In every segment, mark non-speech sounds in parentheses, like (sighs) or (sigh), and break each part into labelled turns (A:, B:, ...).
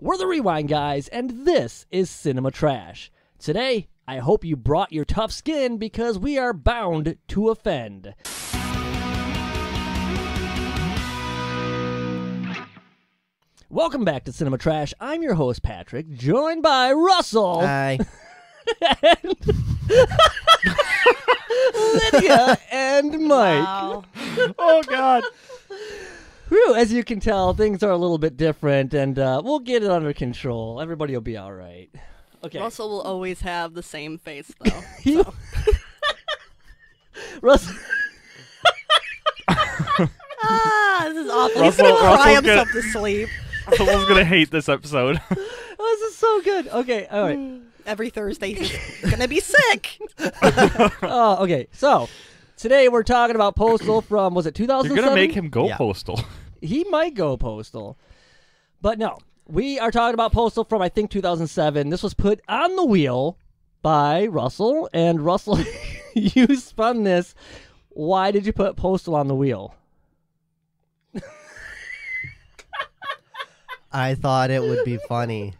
A: We're the Rewind Guys, and this is Cinema Trash. Today, I hope you brought your tough skin because we are bound to offend. Welcome back to Cinema Trash. I'm your host, Patrick, joined by Russell.
B: Ah. (laughs)
C: Hi.
A: Lydia and Mike.
C: oh God.
A: Whew, as you can tell, things are a little bit different, and uh, we'll get it under control. Everybody will be all right. Okay.
B: Russell will always have the same face, though.
A: You- (laughs) Russell,
B: (laughs) ah, this is awful.
D: Russell-
B: He's gonna cry
D: Russell's
B: himself
D: gonna-
B: to sleep
D: (laughs) Someone's gonna hate this
C: (laughs)
D: episode.
A: oh, this is so good. Okay, all right.
B: every Thursday. (laughs) He's gonna be sick.
A: Uh, okay, so today we're talking about Postal from was it 2007?
D: You're gonna make him go
C: Yeah.
D: postal. (laughs)
A: He might go Postal, but no. We are talking about Postal from I think 2007. This was put on the wheel by Russell, and Russell, (laughs) you spun this. Why did you put Postal on the wheel?
C: I thought it would be funny.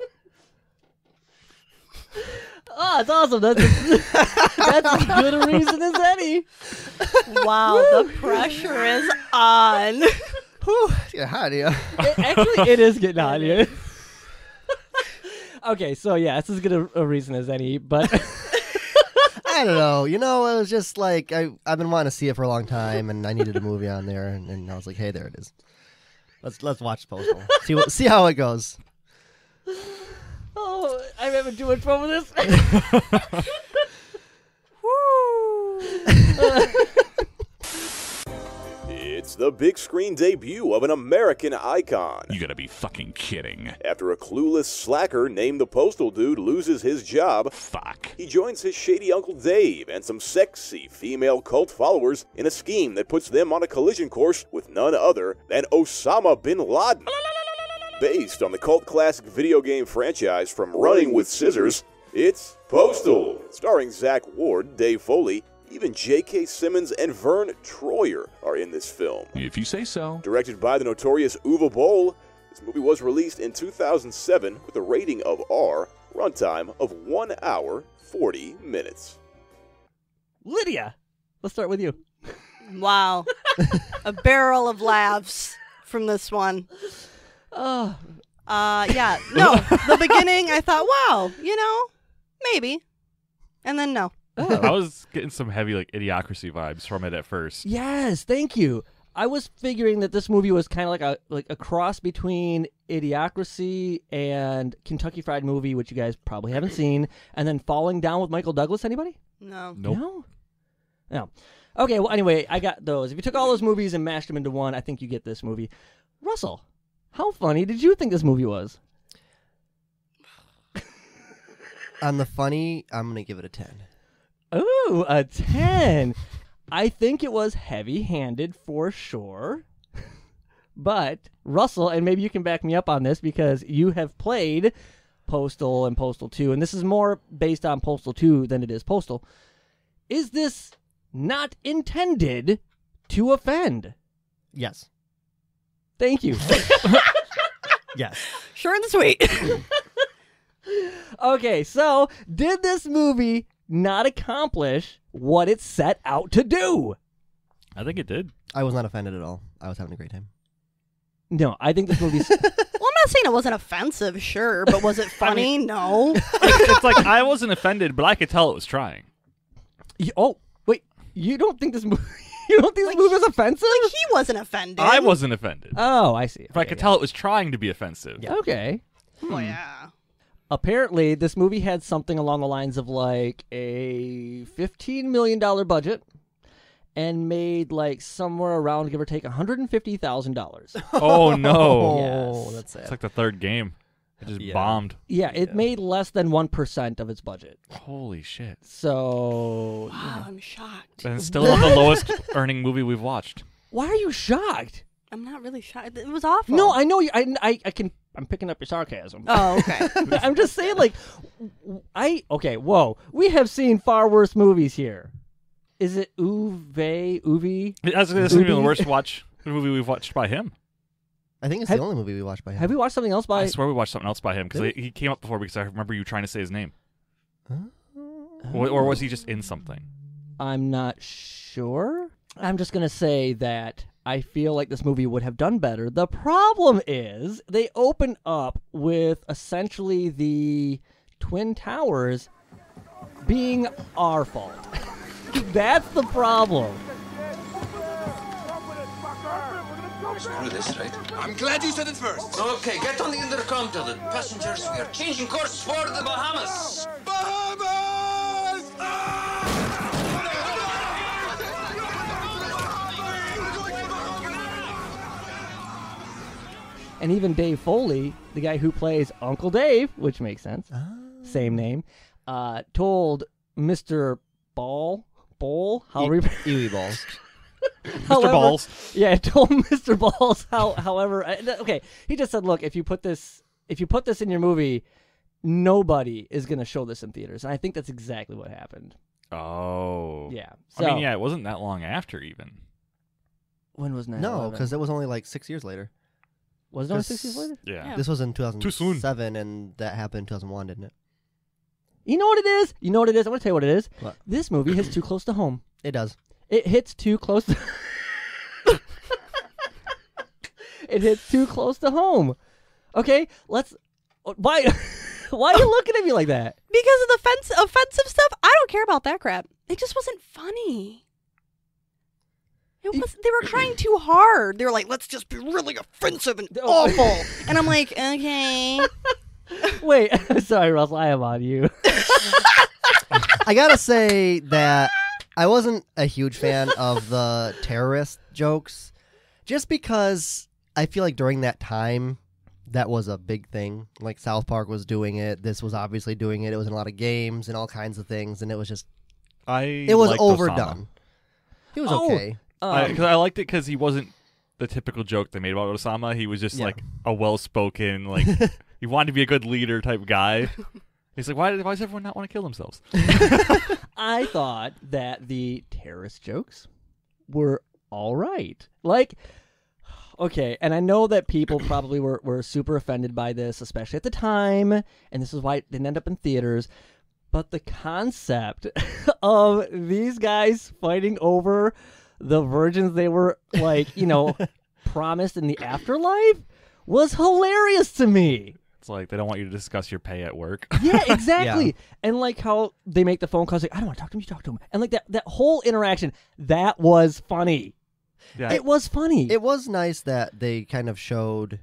A: Oh, it's awesome. That's, (laughs) that's as good a reason as any.
B: Wow, the pressure is on.
C: Yeah, how do you?
A: It- actually, it is getting on you. (laughs) okay, so yeah, it's as good a, a reason as any, but
C: (laughs) I don't know. You know, it was just like I I've been wanting to see it for a long time, and I needed a movie on there, and, and I was like, hey, there it is. Let's let's watch Postal. (laughs) see what, see how it goes.
A: (laughs) oh, I'm having too much fun with this. (laughs)
E: It's the big screen debut of an American icon.
D: You gotta be fucking kidding.
E: After a clueless slacker named the Postal Dude loses his job,
D: Fuck.
E: he joins his shady Uncle Dave and some sexy female cult followers in a scheme that puts them on a collision course with none other than Osama bin Laden. Based on the cult classic video game franchise from Running with Scissors, it's Postal, starring Zach Ward, Dave Foley, even J.K. Simmons and Vern Troyer are in this film.
D: If you say so.
E: Directed by the notorious Uwe Boll, this movie was released in 2007 with a rating of R, runtime of 1 hour 40 minutes.
A: Lydia, let's start with you.
B: Wow, a barrel of laughs from this one.
A: Oh,
B: Uh, yeah, no. The beginning, I thought, wow, you know, maybe, and then no.
A: Oh.
D: I was getting some heavy like idiocracy vibes from it at first.
A: yes, thank you. I was figuring that this movie was kind of like a like a cross between Idiocracy and Kentucky Fried Movie, which you guys probably haven't seen, and then Falling Down with Michael Douglas. Anybody?
B: No.
D: Nope.
A: No. No. Okay, well, anyway, I got those. If you took all those movies and mashed them into one, I think you get this movie. Russell, how funny did you think this movie was?
C: On the funny, I'm gonna give it a ten.
A: Ooh, a 10. (laughs) I think it was heavy handed for sure. but, Russell, and maybe you can back me up on this because you have played Postal and Postal 2, and this is more based on Postal 2 than it is Postal. Is this not intended to offend?
C: Yes.
A: Thank (laughs) you.
C: Yes.
B: Short and sweet.
A: Okay, so did this movie not accomplish what it set out to do?
D: I think it did.
C: (laughs) I was not offended at all. I was having a great time.
A: No, I think this
B: (laughs)
A: movie's
B: Well, I'm not saying it wasn't offensive, sure, but
D: (laughs)
B: was it funny? (laughs) no.
D: it's like I wasn't offended, but I could tell it was trying.
A: You- oh, wait, you don't think this movie (laughs) you don't think this movie is offensive?
B: He wasn't offended.
D: I wasn't offended,
A: oh, I see.
D: but I could tell it was trying to be offensive.
C: Yeah.
A: Okay.
B: Well,
A: Mm.
B: yeah.
A: Apparently, this movie had something along the lines of like a $15 million budget and made like somewhere around give or take
B: (laughs)
A: $150,000.
D: Oh
C: (laughs)
D: no!
A: Yes.
C: Oh, that's sad.
D: It's like the third game. It just
C: Yeah.
D: bombed.
A: yeah, it made less than 1% of its budget.
D: Holy
C: (laughs)
D: shit!
A: So,
B: Wow, I'm shocked.
D: And it's still the lowest earning movie we've watched.
A: why are you shocked?
B: I'm not really shocked. It was awful.
A: No, I know you. I, I, I can. I'm picking up your sarcasm. (laughs)
B: Oh, okay.
A: I'm just saying, like, I okay. Whoa, we have seen far worse movies here. Is it Uve Uvi?
D: That's, that's gonna be the
A: Ubi.
D: worst watch movie we've watched by him.
C: I think it's
A: Have-
C: the only movie we watched by him.
A: Have we watched something else
D: I
A: by?
D: swear we watched something else by him because
C: Did
D: he came up before because I remember you trying to say his name.
C: Huh?
D: Or, or was he just in something?
A: I'm not sure. I'm just going to say that I feel like this movie would have done better. The problem is they open up with essentially the Twin Towers being our fault. (laughs) That's the problem.
F: Through this, right? I'm glad you said it first. Okay, get on the intercom, tell the passengers we are changing course for the Bahamas. Bahamas! Ah!
A: And even Dave Foley, the guy who plays Uncle Dave, which makes sense,
D: Ah.
A: same name, uh, told Mr. Ball, Bowl,
D: E-,
A: how, re- (laughs)
C: Ewy balls.
A: However-
D: Balls.
A: Yeah, (laughs) told Mr. Balls. How, however, I- th- okay, he just said, "Look, if you put this, if you put this in your movie, nobody is going to show this in theaters." And I think that's exactly what happened.
D: Oh.
A: Yeah.
D: I
A: So-
D: mean, yeah, it wasn't that long after even.
A: When was 9
C: No, because that was only like six years later.
A: was it only
C: 'cause-
A: six years later.
D: Yeah.
C: This was in
D: Too soon.
C: 2007, and that happened in 2001, didn't it?
A: You know what it is? You know what it is? I'm going to tell you what it is.
C: What?
A: This movie hits too close to home.
C: It does.
A: It hits too close. To... it hits too close to home. Okay, let's. Why? (laughs) Why are you looking at me like that?
B: Because of the fence offensive stuff, I don't care about that crap. It just wasn't funny. It was they
A: (clears throat)
B: were trying too hard. They were like, let's just be really offensive and
A: Oh.
B: awful. And I'm
A: (laughs)
B: like, okay.
A: Wait, (laughs) sorry, Russell. I am on you.
C: I gotta say that I wasn't a huge fan of the terrorist jokes, just because I feel like during that time, that was a big thing. Like South Park was doing it. This was obviously doing it. It was in a lot of games and all kinds of things, and it was just
D: I
C: it was
D: liked
C: overdone. It was
A: Oh,
C: okay.
D: Osama. I, 'cause I liked it because he wasn't the typical joke they made about Osama. He was just
C: Yeah.
D: like a well-spoken, like he wanted to be a good leader type guy. He's like, why, why does everyone not want to kill themselves?
A: I thought that the terrorist jokes were all right. Like, okay, and I know that people probably were, were super offended by this, especially at the time, and this is why it didn't end up in theaters. But the concept (laughs) of these guys fighting over the virgins they were, like, you know, promised in the afterlife was hilarious to me.
D: It's like they don't want you to discuss your pay at work.
C: (laughs)
A: Yeah, exactly. And like how they make the phone calls like, I don't want to talk to him, you talk to him. And like that that whole interaction, that was funny.
D: (laughs) yeah.
A: it was funny.
C: It was nice that they kind of showed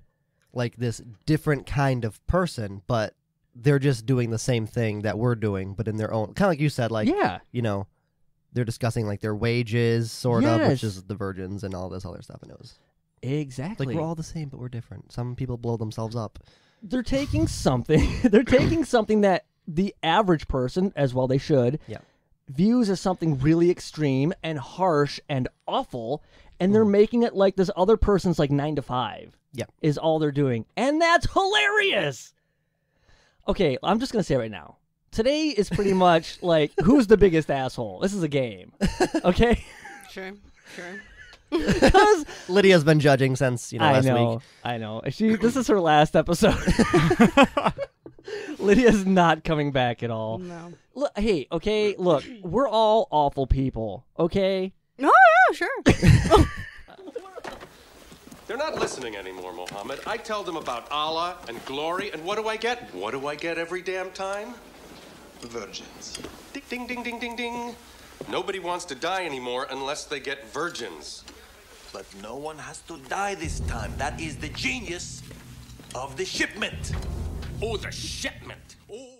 C: like this different kind of person, but they're just doing the same thing that we're doing, but in their own kind of like you said, like
A: yeah.
C: you know, they're discussing like their wages, sort of,
A: Yes.
C: which is the virgins and all this other stuff. And it was
A: Exactly.
C: like we're all the same, but we're different. Some people blow themselves up.
A: they're taking something (laughs) they're taking something that the average person, as well they should,
C: Yeah.
A: views as something really extreme and harsh and awful, and they're making it like this other person's like nine to five.
C: Mm-hmm. Yeah.
A: Is all they're doing. And that's hilarious. Okay, I'm just gonna say right now. Today is
C: (laughs)
A: pretty much like who's the biggest asshole? This is a game. Okay?
B: Sure. Sure.
A: 'Cause
C: Lydia's been judging since you know
A: I
C: last
A: know,
C: week.
A: I know. She this is her last
C: (laughs)
A: episode. (laughs) Lydia's not coming back at all.
B: No.
A: Look, hey, okay, look, we're all awful people, okay?
B: No,
A: (laughs)
B: yeah, sure.
F: They're not listening anymore, Mohammed. I tell them about Allah and glory, and what do I get? What do I get every damn time? Virgins. Ding, ding, ding, ding, ding, ding. Nobody wants to die anymore unless they get virgins.
G: But no one has to die this time. That is the genius of the shipment.
F: Oh, the shipment. Oh.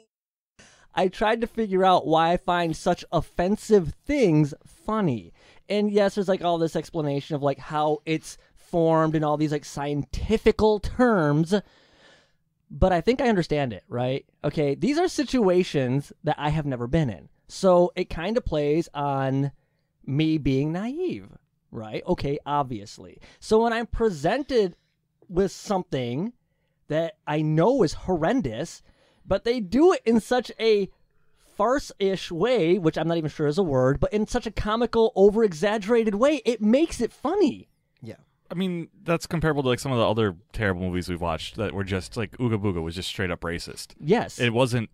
A: I tried to figure out why I find such offensive things funny. And yes, there's like all this explanation of like how it's formed and all these like scientifical terms. But I think I understand it, right? Okay, these are situations that I have never been in. So it kind of plays on me being naive, right? Okay, obviously. So when I'm presented with something that I know is horrendous, but they do it in such a farce ish way, which I'm not even sure is a word, but in such a comical, over exaggerated way, it makes it funny.
C: Yeah.
D: I mean, that's comparable to like some of the other terrible movies we've watched that were just like Ooga Booga was just straight up racist.
A: Yes.
D: It wasn't.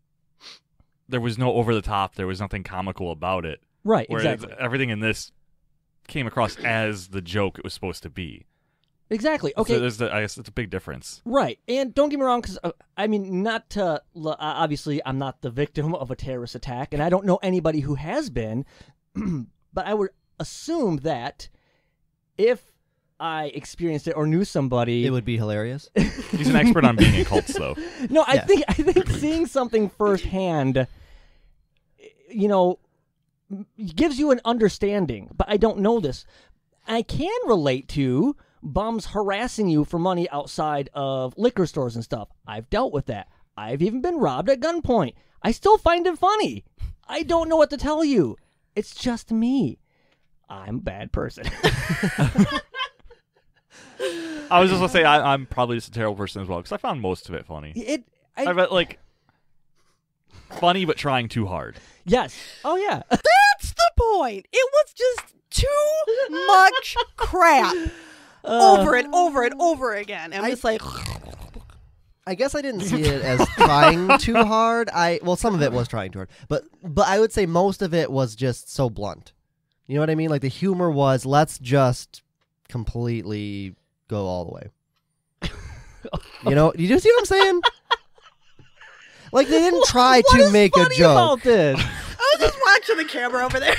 D: There was no over the top. There was nothing comical about it.
A: right.
D: Whereas
A: Exactly.
D: everything in this came across as the joke it was supposed to be.
A: Exactly. Okay.
D: So there's the, I guess it's a big difference.
A: Right. And don't get me wrong, because uh, I mean, not to, l- uh, obviously, I'm not the victim of a terrorist attack, and I don't know anybody who has been, (clears throat) but I would assume that if I experienced it or knew somebody,
C: It would be hilarious.
D: He's an expert on being
A: (laughs)
D: in cults, though.
A: no, I
C: Yeah.
A: think I
C: (clears throat)
A: think seeing something firsthand, you know, m- gives you an understanding. But I don't know this. I can relate to bums harassing you for money outside of liquor stores and stuff. I've dealt with that. I've even been robbed at gunpoint. I still find it funny. I don't know what to tell you. It's just me. I'm a bad person. (laughs)
D: I was just gonna say I, I'm probably just a terrible person as well because I found most of it funny.
A: it.
D: I
A: I,
D: bet like funny but trying too hard.
A: yes. Oh yeah.
B: That's the point. It was just too much
A: (laughs)
B: crap.
A: Uh,
B: over and over and over again. And I'm
A: (laughs)
B: just like,
C: I guess I didn't see it as trying too hard. I well, some of it was trying too hard, but but I would say most of it was just so blunt. You know what I mean? Like the humor was, let's just completely go all
A: (laughs)
C: the way. You know? You do see what I'm saying? Like they didn't try
A: (laughs) What
C: to
A: is
C: make a
A: funny
C: joke.
A: about this?
B: I was just watching the camera over there.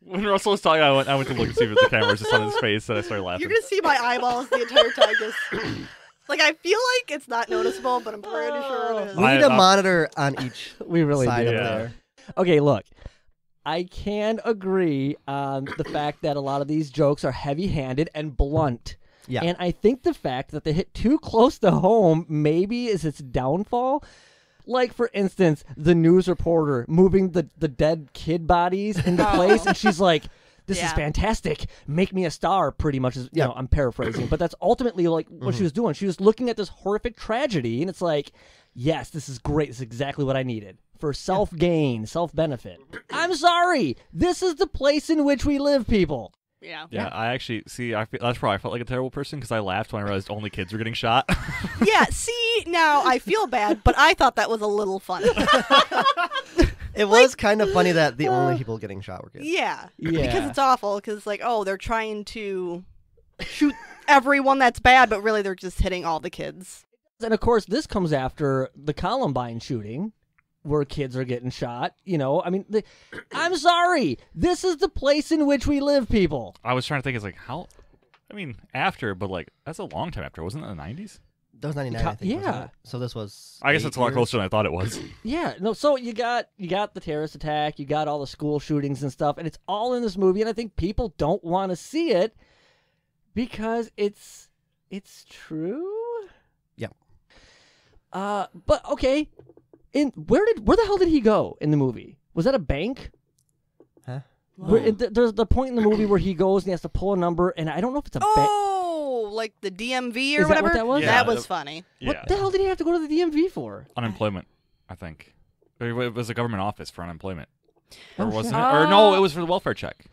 D: When Russell was talking, I went I went to look and see if the camera was just on his face, and I started laughing.
B: You're gonna see my eyeballs the entire time.
A: (coughs)
B: Just like I feel like it's not noticeable, but I'm pretty
A: Oh.
B: sure it is.
C: We
D: I-
C: need a
D: uh,
C: monitor on each
A: (laughs) We really
C: side
A: do.
C: up
D: Yeah.
C: there.
A: Okay, look. I can agree on the fact that a lot of these jokes are heavy-handed and blunt.
C: Yeah.
A: And I think the fact that they hit too close to home maybe is its downfall. Like for instance, the news reporter moving the, the dead kid bodies into place and she's like, This is
B: Yeah.
A: fantastic. Make me a star pretty much is you know, I'm paraphrasing, but that's ultimately like what she was doing. She was looking at this horrific tragedy and it's like, Yes, this is great. This is exactly what I needed. For self gain, self benefit. I'm sorry. This is the place in which we live, people.
B: Yeah.
D: Yeah, I actually see. I feel, that's probably I felt like a terrible person because I laughed when I realized only kids were getting shot. (laughs)
B: Yeah. See, now I feel bad, but I thought that was a
A: (laughs)
B: little funny.
C: It was kind of funny that the
A: uh,
C: only people getting shot were kids.
B: yeah. Because
A: Yeah.
B: it's awful. Because like, oh, they're trying to shoot everyone that's bad, but really they're just hitting all the kids.
A: And of course, this comes after the Columbine shooting, where kids are getting shot. You know, I mean, the, I'm sorry. This is the place in which we live, people.
D: I was trying to think, it's like how. I mean, after, but like that's a long time after, wasn't it? The nineties.
C: That was 99, I think. wasn't
A: Yeah.
C: it? So this was
D: I guess
C: eight
D: it's a lot
C: years?
D: closer than I thought it (laughs) was.
A: Yeah. No. So you got you got the terrorist attack. You got all the school shootings and stuff, and it's all in this movie. And I think people don't want to see it because it's it's true.
C: Yep.
A: Uh, but okay. In where did where the hell did he go in the movie? Was that a bank?
C: Huh?
A: Where, it- th- there's the point in the movie where he goes and he has to pull a number, and I don't know if it's a bank.
B: Oh, like the DMV or
A: Is that what
B: whatever.
A: that was?
D: Yeah,
B: that was
D: that-
B: funny.
A: What
D: yeah,
A: the hell did he have to go to the DMV for?
D: unemployment. I think Or it was a government office for unemployment, or
A: Oh,
D: wasn't
A: shit.
D: it? Or no, it was for the welfare check.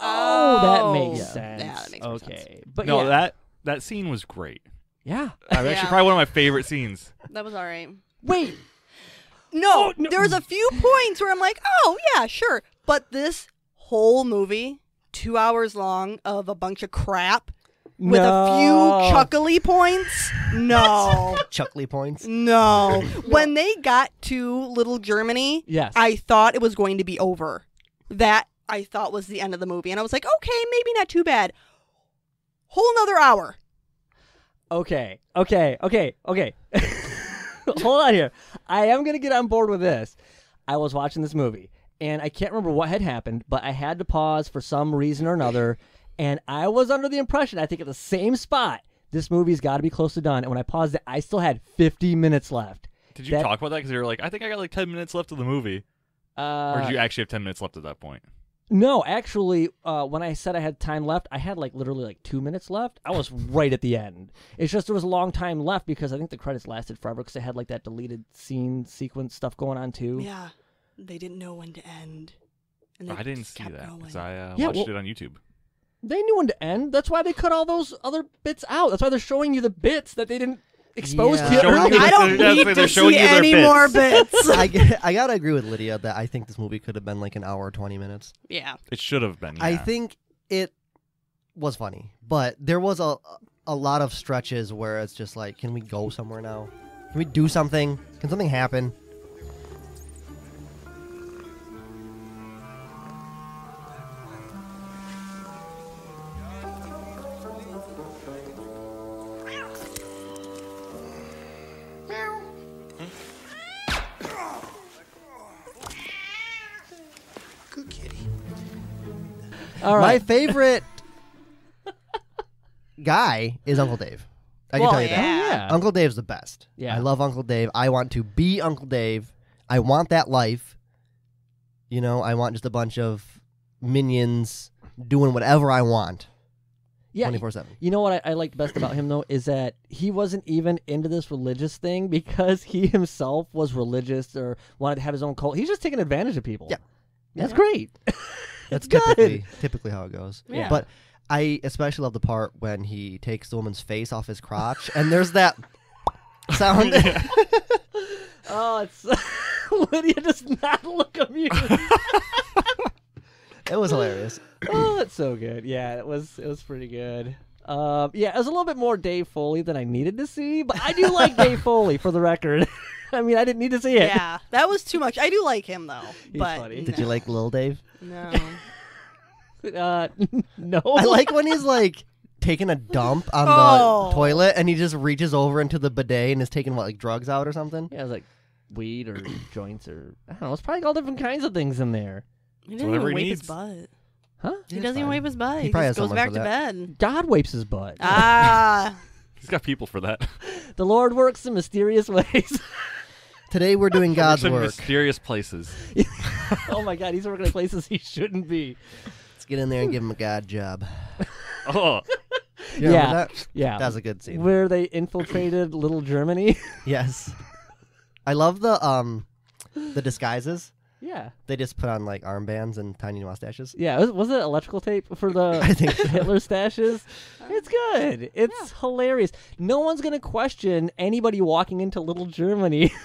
A: Oh, that
B: Oh.
A: makes
B: Yeah.
A: sense.
B: Yeah, that makes more
A: okay,
B: sense.
A: but
D: no,
A: yeah,
D: that that scene was great.
A: yeah.
D: I mean,
B: Yeah.
D: Actually, probably one of my favorite scenes.
B: That was all right.
A: Wait,
D: Oh,
B: No, there was a few points where I'm like, oh yeah, sure. But this whole movie, two hours long of a bunch of crap with
A: No.
B: a few chuckly points.
D: (laughs)
B: No.
C: Chuckley points.
B: No. When they got to Little Germany,
A: Yes.
B: I thought it was going to be over. That I thought was the end of the movie. And I was like, okay, maybe not too bad. Whole another hour.
A: Okay, okay, okay, okay. (laughs) Hold on here. I am going to get on board with this. I was watching this movie, and I can't remember what had happened, but I had to pause for some reason or another, and I was under the impression, I think at the same spot, this movie's got to be close to done. And when I paused it, I still had 50 minutes left.
D: Did you
A: That-
D: talk about that? Because you were like, I think I got like ten minutes left of the movie, or
A: Uh,
D: did you actually have ten minutes left at that point?
A: no, actually, uh, when I said I had time left, I had like literally like two minutes left. I was right at the end. It's just there was a long time left because I think the credits lasted forever because they had like that deleted scene sequence stuff going on too.
B: Yeah. They didn't know when to end. And they
D: I didn't
B: just
D: see
B: kept
D: that
B: going.
D: because I uh,
A: Yeah,
D: watched
A: well-
D: it on YouTube.
A: They knew when to end. That's why they cut all those other bits out. That's why they're showing you the bits that they didn't expose
C: Yeah.
A: to you
C: Showing
A: earlier.
C: you (laughs)
B: I don't
D: That's
B: need
D: why they're
B: to
D: showing
B: see
D: you their
B: any
D: bits.
B: more
A: (laughs)
B: bits.
C: I, g- I gotta agree with Lydia that I think this movie could have been like an hour twenty minutes.
B: yeah.
D: It should have been.
C: I
D: yeah.
C: think it was funny, but there was a a lot of stretches where it's just like, can we go somewhere now? Can we do something? Can something happen?
G: Good kitty.
A: All
C: My
A: right.
C: favorite guy is Uncle Dave. I can
A: Well,
C: tell you that.
A: yeah.
C: Uncle Dave's the best.
A: Yeah.
C: I love Uncle Dave. I want to be Uncle Dave. I want that life. You know, I want just a bunch of minions doing whatever I want
A: yeah.
C: 24 7.
A: You know what I, I liked best about him though is that he wasn't even into this religious thing (laughs) because he himself was religious or wanted to have his own cult. He's just taking advantage of people.
C: Yeah.
A: That's great.
C: That's
A: good.
C: typically, typically how it goes.
B: Yeah.
C: But I especially love the part when he takes the woman's face off his crotch and there's that (laughs)
A: (laughs)
C: sound.
A: Oh, it's (laughs) Lydia does not look
C: (laughs)
A: amused.
C: it was hilarious.
A: oh, that's so good. Yeah, it was it was pretty good. Um, yeah, it was a little bit more Dave Foley than I needed to see, but I do like
C: (laughs)
A: Dave Foley for the record. (laughs) I mean, I didn't need to see it.
B: Yeah. That was too much. I do like him though. but
A: funny.
C: Did you like Lil Dave?
B: (laughs) No.
A: (laughs) Uh, no,
C: I like when he's like taking a dump on
B: Oh.
C: the toilet and he just reaches over into the bidet and is taking what like drugs out or something.
A: Yeah, it was like weed or (clears throat) joints or I don't know. It's probably all different kinds of things in there.
B: He doesn't
D: whatever
B: even
D: he
B: wipe his
D: needs.
B: butt.
A: Huh?
B: He doesn't even
C: fine.
B: wipe his butt. He,
C: probably has
B: just goes
C: someone
B: back
C: for
B: to
C: that.
B: bed.
A: God wipes his butt.
B: (laughs) Ah.
D: he's got people for that.
A: (laughs)
D: (laughs)
A: The Lord works in mysterious (laughs) ways.
C: Today we're (laughs) doing God's
D: Some
C: work.
D: mysterious places.
A: oh my God, he's working at places he shouldn't be.
C: Let's get in there and give him a God job.
D: Oh,
C: (laughs) You remember
A: Yeah.
C: that?
A: Yeah,
C: That was a good scene.
A: where they
C: (coughs)
A: infiltrated Little Germany. (laughs)
C: Yes. I love the um the disguises.
A: yeah,
C: They just put on like armbands and tiny mustaches. (laughs)
A: yeah. Was, was it electrical tape for the
C: I think so.
A: Hitler stashes? It's good. It's hilarious. No one's gonna question anybody walking into Little
C: (laughs)
A: Germany (laughs)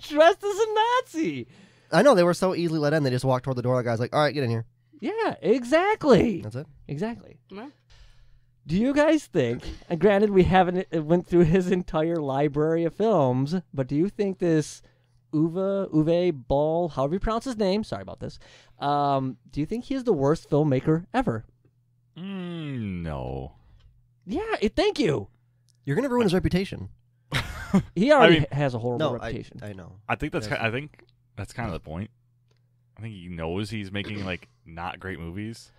A: dressed as a Nazi.
C: I know they were so easily let in. They just walked toward the door. The guy's like, "All right, get in here."
A: Yeah, exactly.
C: That's it.
A: Exactly.
B: Well.
A: Do you guys think? And granted, we haven't uh, went through (laughs) his entire library of films, but do you think this Uwe Uwe Ball, however you pronounce his name, sorry about this, um, do you think he is the worst filmmaker ever?
D: mm, no.
A: Yeah, it, thank you.
C: You're gonna ruin his reputation.
A: He already
D: mean-
A: ha- has a horrible
C: no, I,
A: reputation.
C: I know.
D: I think that's.
C: Yes.
D: ki- I think that's kind of the point. I think he knows he's making like not great movies.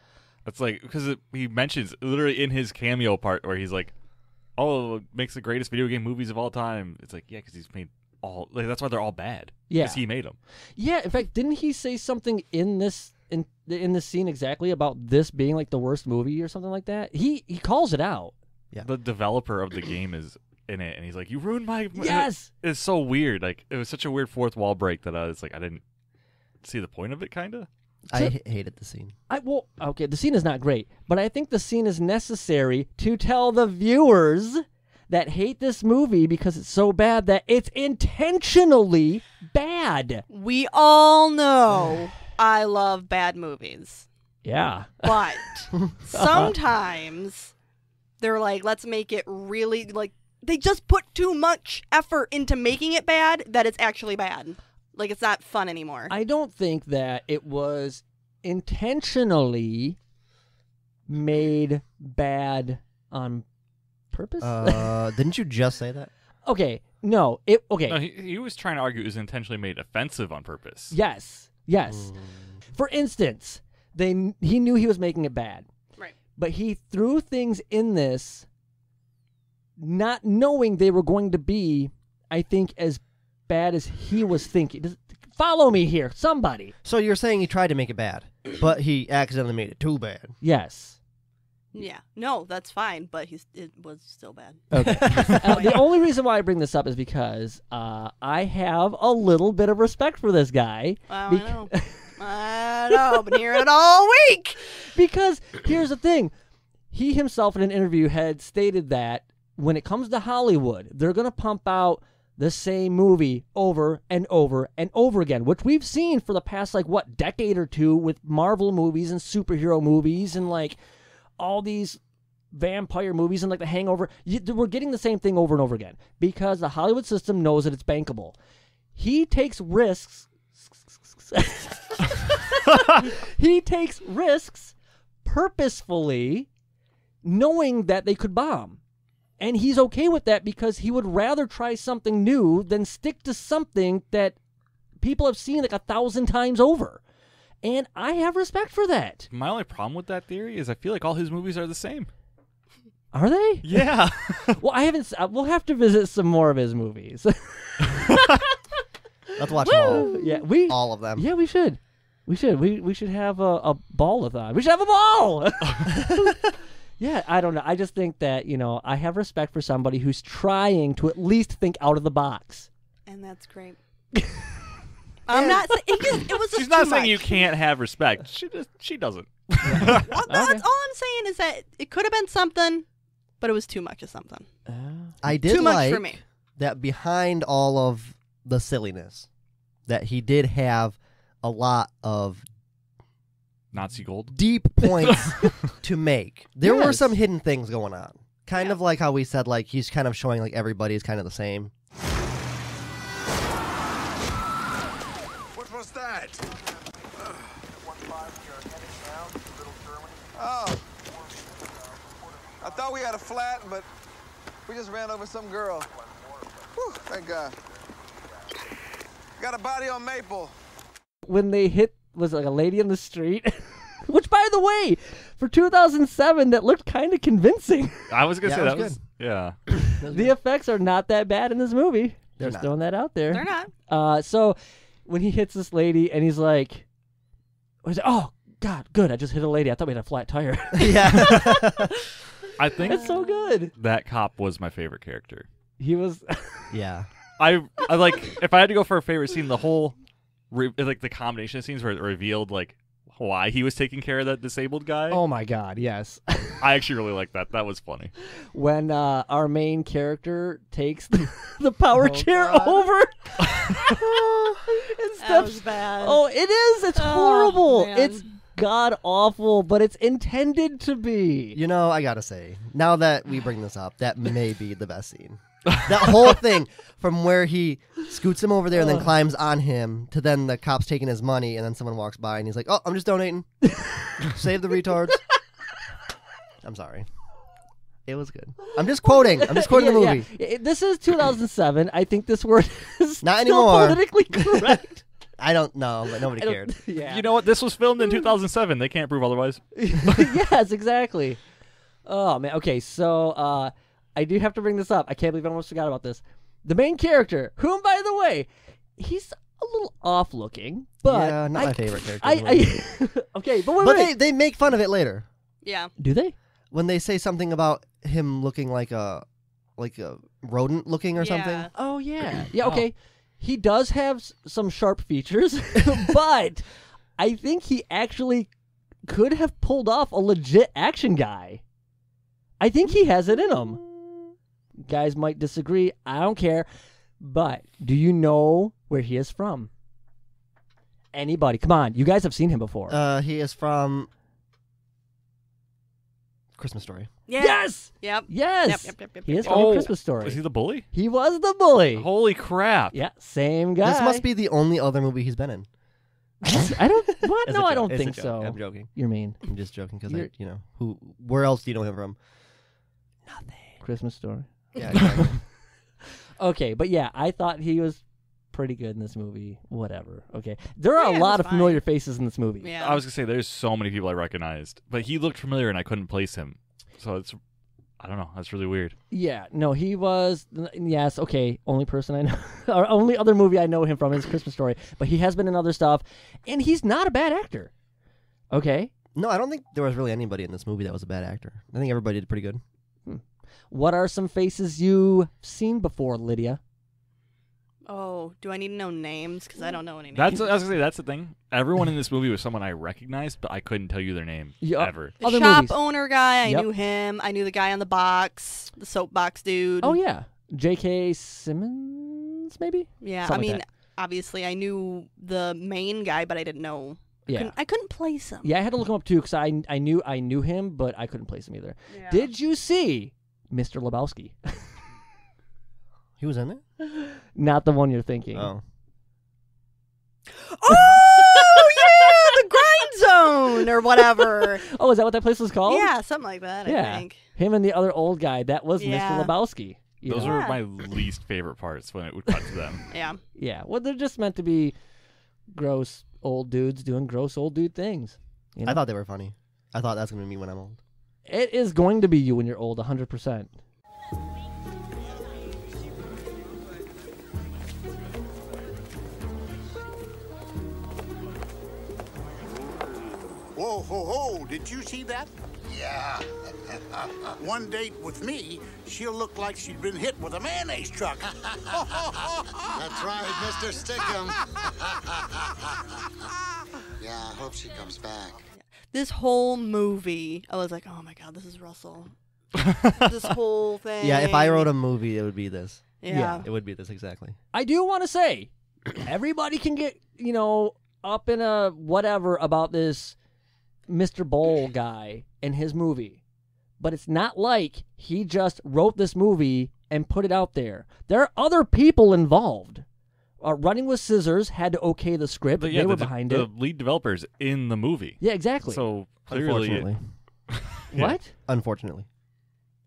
D: That's like because he mentions literally in his cameo part where he's like, "Oh, makes the greatest video game movies of all time." It's like, yeah, because he's made all. Like that's why they're all bad.
A: Yeah.
D: because he made them.
A: yeah, in fact, didn't he say something in this in in this scene exactly about this being like the worst movie or something like that? He he calls it out.
D: The developer of the game is in it, and he's like, "You ruined my." my-"
A: Yes.
D: it's so weird. Like it was such a weird fourth wall break that I was like, I didn't see the point of it. Kind of.
C: I h- hated
B: (laughs)
C: the scene.
A: I well, okay, the scene is not great, but I think the scene is necessary to tell the viewers that hate this movie because it's so bad that it's intentionally bad.
B: We all know I love bad movies.
A: Yeah.
B: but sometimes they're like, let's make it really like they just put too much effort into making it bad that it's actually bad. Like it's not fun anymore.
A: I don't think that it was intentionally made bad on purpose.
C: Uh, didn't you just say that?
A: (laughs) okay, no, it okay.
D: No, he, he was trying to argue it was intentionally made offensive on purpose.
A: Yes. Yes. For instance, they kn- he knew he was making it bad.
B: Right.
A: But he threw things in this not knowing they were going to be I think as bad as he was thinking. Does- Follow me here, somebody.
C: So you're saying he tried to make it bad, but he accidentally made it too bad.
A: Yes.
B: yeah. No, that's fine, but he's it was still bad.
A: (laughs) Uh, the only reason why I bring this up is because uh, I have a little bit of respect for this guy.
B: Wow, I
A: Bec- (laughs)
B: know. I know, been hearing it all week.
A: because here's the thing he himself in an interview had stated that when it comes to hollywood they're going to pump out the same movie over and over and over again which we've seen for the past like what decade or two with marvel movies and superhero movies and like all these vampire movies and like the hangover you, we're getting the same thing over and over again because the hollywood system knows that it's bankable he takes risks (laughs) he takes risks purposefully knowing that they could bomb. And he's okay with that because he would rather try something new than stick to something that people have seen like a thousand times over. And I have respect for that.
D: My only problem with that theory is I feel like all his movies are the same.
A: Are they?
D: Yeah.
A: (laughs) Well, I haven't. s- uh, We'll have to visit some more of his movies. (laughs)
C: Let's watch them all.
A: yeah, we
C: All of them.
A: Yeah, we should. We should. We we should have a, a ballathon. We should have a ball. (laughs) yeah, I don't know. I just think that, you know, I have respect for somebody who's trying to at least think out of the box.
B: And that's great. I'm not saying it, just, it was just
D: She's not
B: too
D: saying
B: much.
D: you can't have respect. She just she doesn't.
B: Well, that's all I'm saying is that it could have been something, but it was too much of something.
C: I did
B: too much
C: like
B: for me.
C: that behind all of the silliness, that he did have a lot of
D: Nazi
A: (laughs)
D: gold.
C: deep points to make. There were
A: Yes.
C: some hidden things going on. Kind of like how we said like he's kind of showing like everybody's kind of
A: (laughs)
C: the same.
G: What was that? Oh. I thought we had a flat, but we just ran over some girl. Whew, thank God. Got a body on Maple.
A: When they hit was it like a lady in the street, (laughs) which by the way, for 2007 that looked kind of convincing.
D: I was gonna
C: Yeah,
D: say
C: it
D: that
C: was
D: was, yeah.
A: the effects are not that bad in this movie.
C: They're
A: just
C: not.
A: throwing that out there.
B: They're not.
A: Uh, so when he hits this lady and he's like, what is it? oh, God, good. I just hit a lady. I thought we had a flat tire. (laughs)
C: yeah.
D: I think
A: That's so good.
D: that cop was my favorite character.
A: He was.
C: (laughs)
A: (laughs)
C: Yeah.
D: I I like if I had to go for a favorite scene, the whole re- like the combination of scenes where it revealed like why he was taking care of that disabled guy.
A: oh my God, yes.
D: I actually really like that. That was funny.
A: when uh, our main character takes the, (laughs) Oh, the power chair (laughs) over. and
B: That
A: steps.
B: was bad.
A: Oh, it is. It's
B: Oh,
A: horrible.
B: man.
A: It's god awful, but it's intended to be.
C: You know, I gotta say, now that we bring this up, that may be the best scene. That whole thing from where he scoots him over there and then climbs on him to then the cops taking his money and then someone walks by and he's like, "Oh, I'm
A: (laughs)
C: just donating. Save the retards." I'm sorry. It was good. I'm just quoting. I'm just quoting the
A: Yeah,
C: movie.
A: yeah. I- This is 2007. I think this word (laughs) is
C: Not
A: still (laughs)
C: anymore.
A: politically correct.
C: I don't know, but nobody
A: I don't- (laughs)
C: cared.
A: yeah.
D: You know what? This was filmed in 2007. They can't prove otherwise.
A: (laughs) yes, exactly. Oh man. Okay, so uh, I do have to bring this up. I can't believe I almost forgot about this. The main character, whom by the way, he's a little off looking, but
C: yeah, not
A: I,
C: my favorite character. in the movie.
A: I, I (laughs) okay, but wait,
C: but they,
A: wait.
C: they make fun of it later
B: Yeah.
A: do they?
C: when they say something about him looking like a like a rodent looking or something.
B: Yeah.
A: Oh yeah, (clears throat) yeah. Okay, he does have s- some sharp
B: (laughs)
A: features, (laughs) but I think he actually could have pulled off a legit action guy. I think he has it in him. Guys might disagree. I don't care. But do you know where he is from? Anybody? Come on, you guys have seen him before.
C: Uh, he is from Christmas Story.
B: yeah.
A: yes,
B: Yep.
A: yes.
B: Yep, yep, yep, yep,
A: he
B: yep,
A: is
B: yep.
A: from
D: Oh,
A: a Christmas Story.
D: Was he the bully?
A: He was the bully.
D: Holy crap!
A: yeah, same guy.
C: This must be the only other movie he's been in.
A: (laughs)
C: (laughs)
A: I don't. What? (laughs)
C: It's
A: no,
C: a
A: I
C: joke.
A: don't
C: It's a
A: think
C: joke.
A: so.
C: I'm joking.
A: You're mean.
C: I'm just joking because
A: You're-
C: you know who. Where else do you know him
A: (laughs)
C: from?
A: Christmas story.
C: Yeah, exactly.
A: Okay, but yeah, I thought he was pretty good in this movie. Whatever. Okay, there are
B: Yeah,
A: a
B: it
A: lot
B: was
A: of
B: fine.
A: familiar faces in this movie.
B: Yeah.
D: I was gonna say there's so many people I recognized, but he looked familiar and I couldn't place him. So it's, I don't know. That's really weird.
A: Yeah, no, he was. Yes, okay. Only person I know, (laughs) or only other movie I know him from is Christmas Story. But he has been in other stuff, and he's not a bad actor. Okay,
C: no, I don't think there was really anybody in this movie that was a bad actor. I think everybody did pretty good.
A: what are some faces you've seen before, Lydia?
B: Oh, do I need to know names? Because I don't know any names.
D: That's I was gonna say that's the thing. Everyone in this movie was someone I recognized, but I couldn't tell you their name
A: Yeah.
D: ever.
B: the
A: Other
B: shop
A: movies.
B: owner guy. I
A: Yep.
B: knew him. I knew the guy on the box, the soapbox dude.
A: Oh yeah, J.K. Simmons maybe.
B: yeah. I
A: Something like
B: mean,
A: that.
B: obviously, I knew the main guy, but I didn't know.
A: Yeah.
B: Couldn't, I couldn't place him.
A: Yeah, I had to look him up too because I I knew I knew him, but I couldn't place him either. Did you see Mr. Lebowski? (laughs)
C: He was in it.
A: Not the one you're thinking.
C: Oh,
B: Oh yeah, the grind zone
A: (laughs)
B: or whatever.
A: Oh, is that what that place was called?
B: yeah, something like that.
A: Yeah.
B: I think.
A: Him and the other old guy. That was
B: Yeah.
A: Mr. Lebowski. you
D: Those
A: know?
D: were
B: Yeah.
D: my least favorite parts when it would cut to them.
B: Yeah.
A: Yeah. Well, they're just meant to be gross old dudes doing gross old dude things. You know?
C: I thought they were funny. I thought that's gonna be me when I'm old.
A: it is going to be you when you're old, 100%.
H: Whoa, ho, ho, did you see that? Yeah. (laughs) One date with me, she'll look like she'd been hit with a mayonnaise
I: (laughs)
H: truck.
I: That's right, Mr.
H: (laughs)
I: Stickum. yeah, I hope she comes back.
B: This whole movie, I was like, oh my god, this is Russell.
A: (laughs)
B: this whole thing.
C: Yeah, if I wrote a movie, it would be this.
B: Yeah.
C: It would be this exactly.
A: I do want to say everybody can get, you know, up in a whatever about this Mr. Bowl guy and his movie. But it's not like he just wrote this movie and put it out there. There are other people involved. Uh, Running with Scissors had to okay the script.
D: But
A: they
D: yeah,
A: were
D: the,
A: behind
D: the
A: it.
D: lead developers in the movie.
A: Yeah, exactly.
D: So clearly, it-
C: Unfortunately,
D: yeah.
A: what?
C: unfortunately,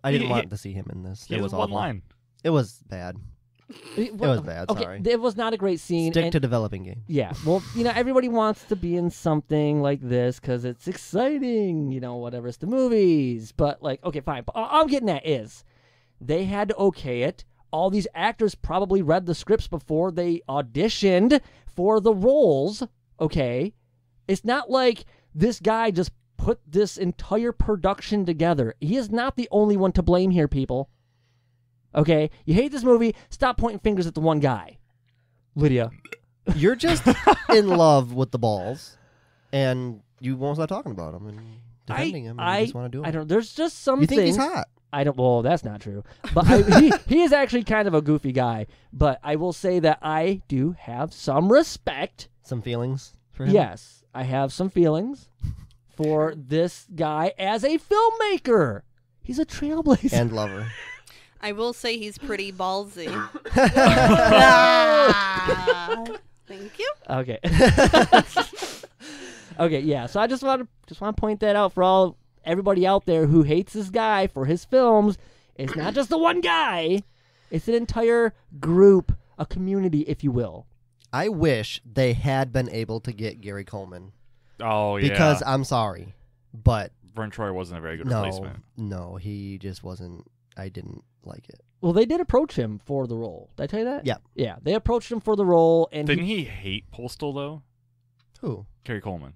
C: I didn't
D: He-
C: want to see him in this.
D: he
C: it
D: has
C: was
D: one
C: awful.
D: line.
C: It was bad.
A: It
C: was bad,
A: Okay,
C: sorry.
A: it was not a great scene.
C: Stick
A: and-
C: to developing game.
A: yeah, well, you know, everybody wants to be in something like this because it's exciting, you know, whatever. It's the movies, but like, okay, fine. But all I'm getting at is they had to okay it. All these actors probably read the scripts before they auditioned for the roles. Okay, it's not like this guy just put this entire production together. He is not the only one to blame here, people. Okay, you hate this movie. Stop pointing fingers at the one guy, Lydia. (laughs)
C: You're just in love with the balls, and you won't stop talking about him and defending him. And you just want to do it.
A: I don't. There's just some
C: You think
A: things.
C: he's hot?
A: I don't. Well, that's not true. But I,
C: (laughs)
A: he he is actually kind of a goofy guy. But I will say that I do have some respect.
C: Some feelings for him.
A: Yes, I have some feelings for this guy as a filmmaker. He's a trailblazer.
C: and lover.
B: I will say he's
A: (laughs)
B: pretty ballsy. (laughs) Thank you.
A: okay. (laughs) okay. Yeah. So I just want to just want to point that out for all everybody out there who hates this guy for his films. It's not just the one guy. It's an entire group, a community, if you will.
C: I wish they had been able to get Gary Coleman
D: Oh yeah,
C: because I'm sorry, but
D: Vern Troyer wasn't a very good
C: no,
D: replacement.
C: no, he just wasn't. I didn't like it.
A: Well, they did approach him for the role. Did I tell you that?
C: Yeah.
A: Yeah. They approached him for the role, and
D: Didn't
A: he,
D: he hate Postal though?
C: Who?
D: Kerry Coleman.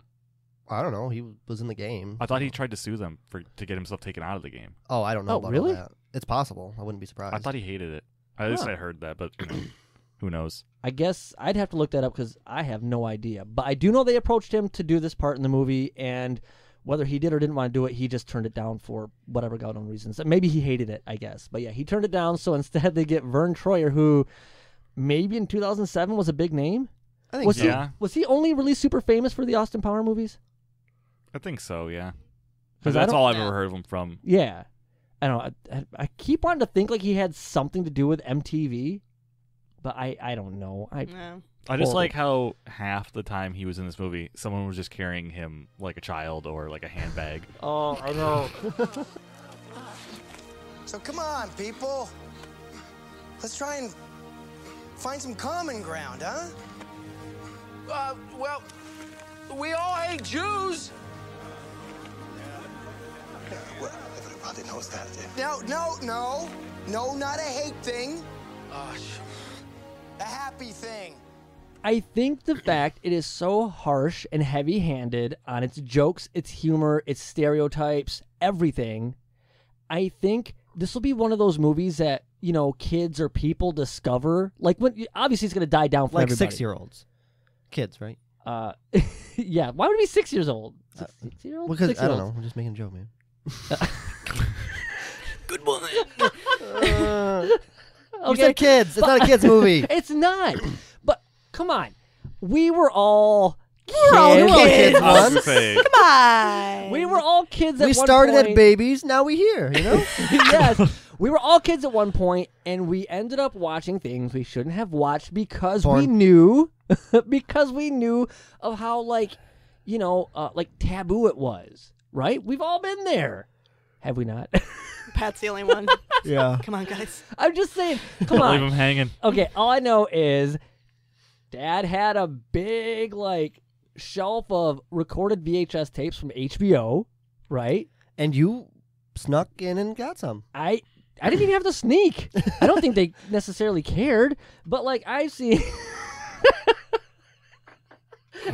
C: I don't know. He was in the game.
D: I thought he tried to sue them for to get himself taken out of the game.
C: Oh, I don't know.
A: Oh,
C: about all
A: really?
C: that. It's possible. I wouldn't be surprised.
D: I thought he hated it. At least
A: Huh.
D: I heard that, but (clears throat) you know, who knows?
A: I guess I'd have to look that up because I have no idea. But I do know they approached him to do this part in the movie, and whether he did or didn't want to do it, he just turned it down for whatever god known reasons. Maybe he hated it, I guess. But yeah, he turned it down. So (laughs) instead, they get Vern Troyer, who maybe in 2007 was a big name.
C: I think
A: Was
C: so.
A: he
D: Yeah.
A: was he only really super famous for the Austin Power movies?
D: I think so. Yeah,
A: 'Cause
D: because
A: I
D: that's
A: don't-
D: all I've ever heard of him from.
A: Yeah. I don't know. I, I keep wanting to think like he had something to do with MTV, but I, I don't know. I
B: No.
D: I just
A: Horrible.
D: like how half the time he was in this movie, someone was just carrying him like a child or like a handbag.
A: Oh, I know.
G: So come on, people. Let's try and find some common ground, huh?
J: Uh, well, we all hate Jews.
G: Well, everybody knows that. No, no, no. No, not a hate thing. A happy thing.
A: I think the fact it is so harsh and heavy handed on its jokes, its humor, its stereotypes, everything, I think this will be one of those movies that you know kids or people discover like when obviously it's going to die down for
C: like
A: everybody.
C: six year olds, kids, right?
A: Uh, (laughs) yeah. Why would it be six years old? Six, six year old.
C: Because
A: six
C: I don't know. I'm just making a joke, man.
J: (laughs) Good
C: (laughs)
J: boy.
C: Uh,
A: (laughs)
C: You said kids. It's not a kids movie.
A: It's not. But come on, we were all
B: We're all
A: kids.
C: We're all
B: kids.
C: kids
D: I was gonna
C: once.
D: say,
B: Come on.
A: We were all kids. At
C: We
A: one
C: started
A: point.
C: at babies. Now we here.
A: (laughs)
C: You know.
A: yes, we were all kids at one point, and we ended up watching things we shouldn't have watched because we
C: Porn.
A: knew, (laughs) because we knew of how like, you know, uh, like taboo it was. Right? We've all been there, have we not? (laughs)
B: Pat's the only one.
C: yeah.
B: Come on, guys.
A: I'm just saying. Come
D: leave
A: on.
D: him hanging.
A: Okay. All I know is, Dad had a big like shelf of recorded VHS tapes from HBO. Right?
C: (laughs) And you snuck in and got some.
A: I I didn't even have to sneak. I don't (laughs) think they necessarily cared, but like I've seen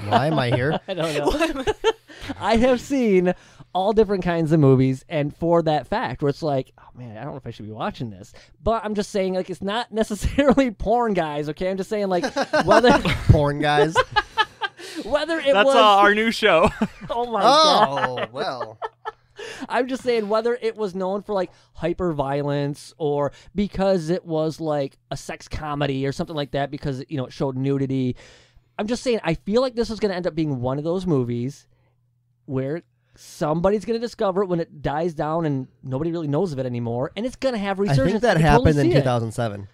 C: Why am I here?
A: (laughs) (laughs) I don't know. (laughs) I have seen all different kinds of movies and for that fact where it's like, oh man, I don't know if I should be watching this. But I'm just saying like it's not necessarily (laughs) porn guys, okay? I'm just saying like whether (laughs)
C: Porn guys.
A: whether it
D: That's
A: was
D: uh, our new show.
A: (laughs) Oh my god.
C: Oh well.
A: I'm just saying whether it was known for like hyper violence or because it was like a sex comedy or something like that because you know it showed nudity. I'm just saying I feel like this is going to end up being one of those movies where somebody's going to discover it when it dies down and nobody really knows of it anymore and it's going to have
C: I
A: resurgence.
C: think that
A: You can totally
C: happened in
A: see it.
C: 2007.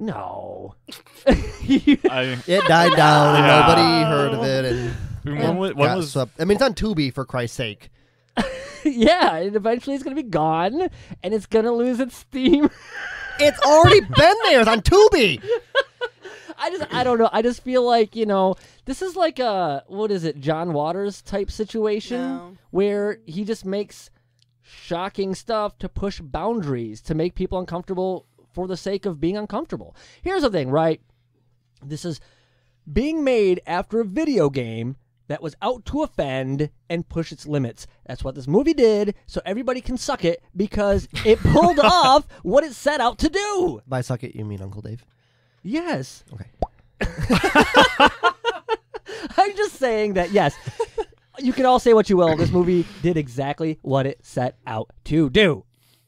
A: No. (laughs)
D: I,
C: It died down and
D: Yeah.
C: nobody heard of it and
D: when, wa- when
C: got
D: was
C: swept. I mean, it's on Tubi for Christ's sake.
A: yeah, and eventually it's going to be gone and it's going to lose its steam.
C: It's already been there. It's
A: (laughs)
C: on Tubi.
A: I just I don't know. I just feel like, you know, this is like a what is it, John Waters type situation
B: No.
A: where he just makes shocking stuff to push boundaries to make people uncomfortable for the sake of being uncomfortable. Here's the thing, right? This is being made after a video game that was out to offend and push its limits. That's what this movie did, so everybody can suck it because it pulled off what it set out to do.
C: By suck it, you mean Uncle Dave?
A: Yes.
C: Okay.
A: (laughs) I'm just saying that yes, you can all say what you will. This movie did exactly what it set out to do.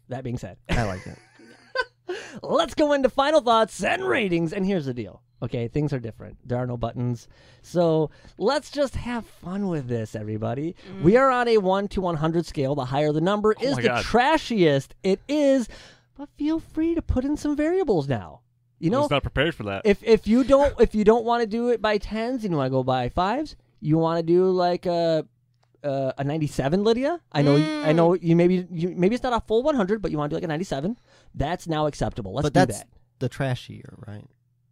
A: That being said,
C: I like it.
A: (laughs) let's go into final thoughts and ratings. And here's the deal. Okay, things are different. There are no buttons. So let's just have fun with this, everybody. We are on a 1 to 100 scale. The higher the number is
D: Mm. Oh my
A: the
D: God.
A: trashiest it is. But feel free to put in some variables now. You
D: I
A: know,
D: was not prepared for that.
A: if if you don't if you don't want to do it by tens and you want to go by fives, you want to do like a uh, a 97 Lydia. I know I know you maybe you, maybe it's not a full 100, but you want to do like a 97. That's now acceptable. Let's
C: but
A: do
C: that's
A: that.
C: the trash year, right?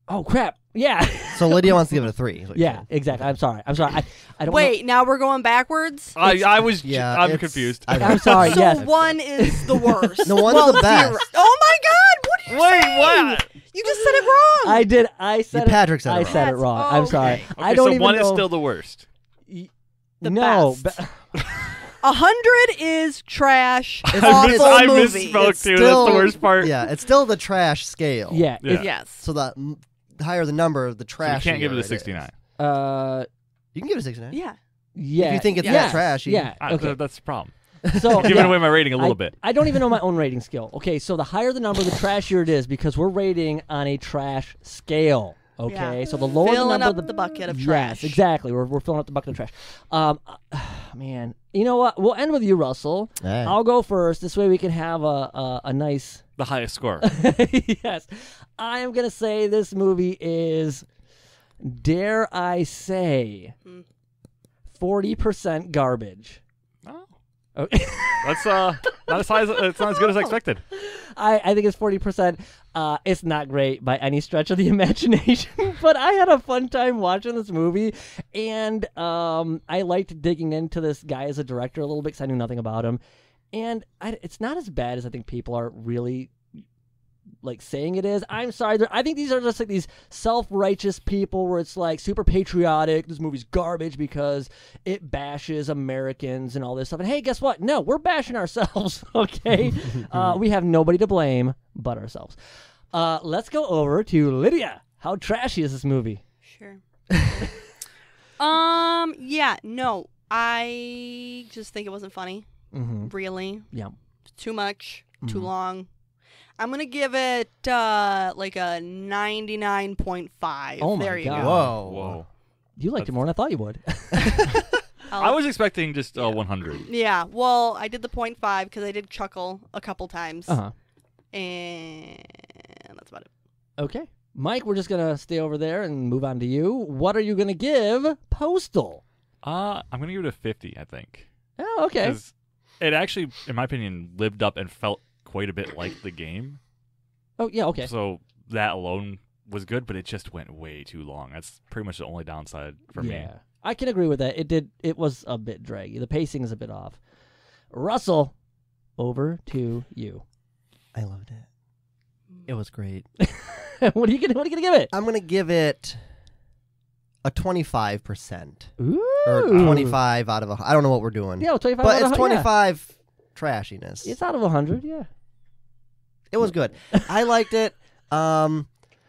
A: Oh crap! Yeah,
C: So Lydia wants to give it a three. is what you're
A: (laughs) yeah,
C: saying.
A: exactly. I'm sorry. I'm sorry. I, I don't know-
B: Wait, now we're going backwards?
D: I, I was.
C: Yeah,
D: I'm
C: it's-
D: confused.
C: I don't-
A: I'm sorry.
B: So
A: yes.
B: one
A: (laughs)
B: is the worst.
C: (laughs) No, one's
B: well,
C: the best.
B: zero- Oh my God! What are you
D: Wait,
B: saying?
D: what?
B: You just said it wrong.
A: I did. I said. it-
C: Patrick said it
A: I
C: wrong.
A: said it wrong. I'm
B: Okay.
A: sorry. I
D: Okay,
A: don't
D: so
A: even
D: one
A: know.
D: is still the worst.
B: The
A: no.
B: best.
A: but-
B: A hundred
A: (laughs)
B: is trash.
D: I, mis-
B: awful
D: I
B: movie.
D: misspoke
C: It's
D: too.
C: still-
D: That's the worst part.
C: Yeah, it's still the trash scale.
A: yeah.
D: Yeah.
A: it-
B: Yes.
C: So the m- higher the number, the
D: So you
C: trash.
D: can't give it
C: year
D: a 69.
C: is.
A: Uh.
C: You can give it a 69.
B: Yeah.
A: Yeah.
C: think it's
A: yeah,
C: that trashy.
A: Yeah.
D: I-
A: Okay.
D: That's Uh, the problem.
A: So (laughs)
D: Giving
A: yeah.
D: away my rating a little
A: I,
D: bit.
A: I don't even know my own rating scale. Okay, so the higher the number, the trashier it is because we're rating on a trash scale. Okay,
B: Yeah.
A: so the lower the
B: Filling
A: number,
B: up the bucket of trash.
A: Yes, exactly. We're, we're filling up the bucket of trash. Um, (sighs) man, you know what? We'll end with you, Russell.
C: All right.
A: I'll go first. This way we can have a a, a nice. (laughs)
D: The highest score.
A: yes, I am gonna say this movie is, dare I say,
B: Mm.
A: forty percent garbage.
D: Oh.
A: Okay.
D: (laughs) That's uh, not as high as, it's not as good as I expected.
A: I, I think it's forty percent. Uh, it's not great by any stretch of the (laughs) imagination, (laughs) but I had a fun time watching this movie, and um, I liked digging into this guy as a director a little bit because I knew nothing about him, and I, it's not as bad as I think people are really like saying it is. I'm sorry. They're- I think these are just like these self-righteous people where it's like super patriotic. This movie's garbage because it bashes Americans and all this stuff. And hey, guess what? No, we're bashing ourselves. (laughs) Okay, uh, we have nobody to blame but ourselves. Uh, let's go over to Lydia. How trashy is this movie? (laughs)
B: Sure. um. Yeah. No. I just think it wasn't funny.
A: Mm-hmm.
B: Really.
A: Yeah. Mm-hmm.
B: Too much. Too long. I'm gonna give it uh like a 99.5.
A: Oh my
B: there you
A: God.
B: go.
C: Whoa.
D: Whoa.
A: You liked it more than I thought you would.
B: I'll-
D: I was expecting just uh, 100.
B: Yeah. Well, I did the point five because I did chuckle a couple times,
A: uh huh.
B: and that's about it.
A: (laughs) Okay. Mike, we're just going to stay over there and move on to you. What are you going to give Postal?
D: Uh, I'm going to give it a 50, I think.
A: Oh, okay.
D: Because it actually, in my opinion, lived up and felt quite a bit like the game.
A: Oh, yeah, okay.
D: So that alone was good, but it just went way too long. That's pretty much the only downside for me.
A: Yeah. I can agree with that. It did it was a bit draggy. The pacing is a bit off. Russell, over to you. (laughs)
C: I loved it. It was great.
A: what are you going to what are you going to give it?
C: I'm gonna give it a 25 percent
A: Ooh.
C: or 25 out of a. I don't know what we're doing.
A: Yeah, 25.
C: but
A: out of
C: it's
A: a hun- yeah.
C: 25 trashiness.
A: It's out of 100, yeah.
C: it was good. I liked it. Um,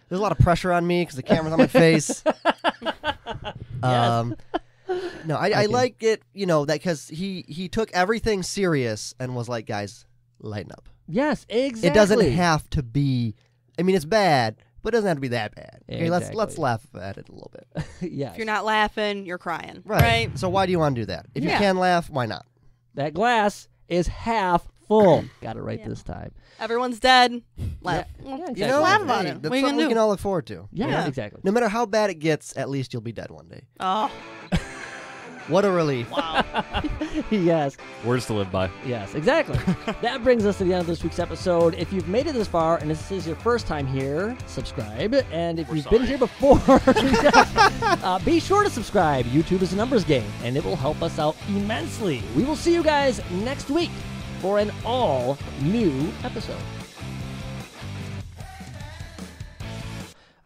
C: there's a lot of pressure on me because the camera's on
B: (laughs)
C: my face. Um, no, I, I
A: Okay.
C: like it. You know that because he he took everything serious and was like, guys, lighten up.
A: Yes, exactly.
C: It doesn't have to be. I mean, it's bad, but it doesn't have to be that bad. Okay, let's
A: Exactly.
C: let's laugh at it a little bit.
A: (laughs)
C: (laughs)
A: yes.
B: If you're not laughing, you're crying.
C: Right.
B: Right.
C: So why do you want to do that? If you
B: Yeah.
C: can laugh, why not?
A: That glass is half full. Got it right
B: Yeah.
A: this time.
B: Everyone's dead.
A: (laughs)
B: Laugh.
A: Yeah,
B: Just
A: exactly.
B: laugh about
C: hey,
B: it.
C: That's
B: What are you
C: something
B: gonna
C: we
B: do?
C: can all look forward to.
A: Yeah,
B: Yeah.
A: exactly.
C: No matter how bad it gets, at least you'll be dead one day.
B: oh,
C: What a relief.
A: (laughs) yes.
D: Words to live by.
A: Yes, exactly. that brings us to the end of this week's episode. If you've made it this far and this is your first time here, subscribe. And if you've been here before, (laughs) uh, be sure to subscribe. YouTube is a numbers game, and it will help us out immensely. We will see you guys next week for an all new episode.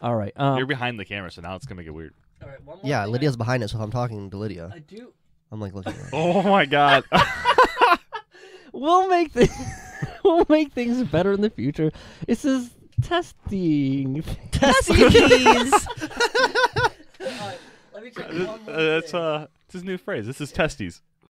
A: All right. Um,
D: You're behind the camera, so now it's going to make it weird.
A: all right, one more
C: yeah,
A: thing
C: Lydia's behind us, so I'm talking to Lydia.
A: I, I do.
C: I'm like looking. At her.
D: Oh my (laughs) God.
A: We'll make things. (laughs) we'll make things better in the future. This is testing.
B: please.
A: Let me check
D: Uh, That's uh, it's his new phrase. This is testes.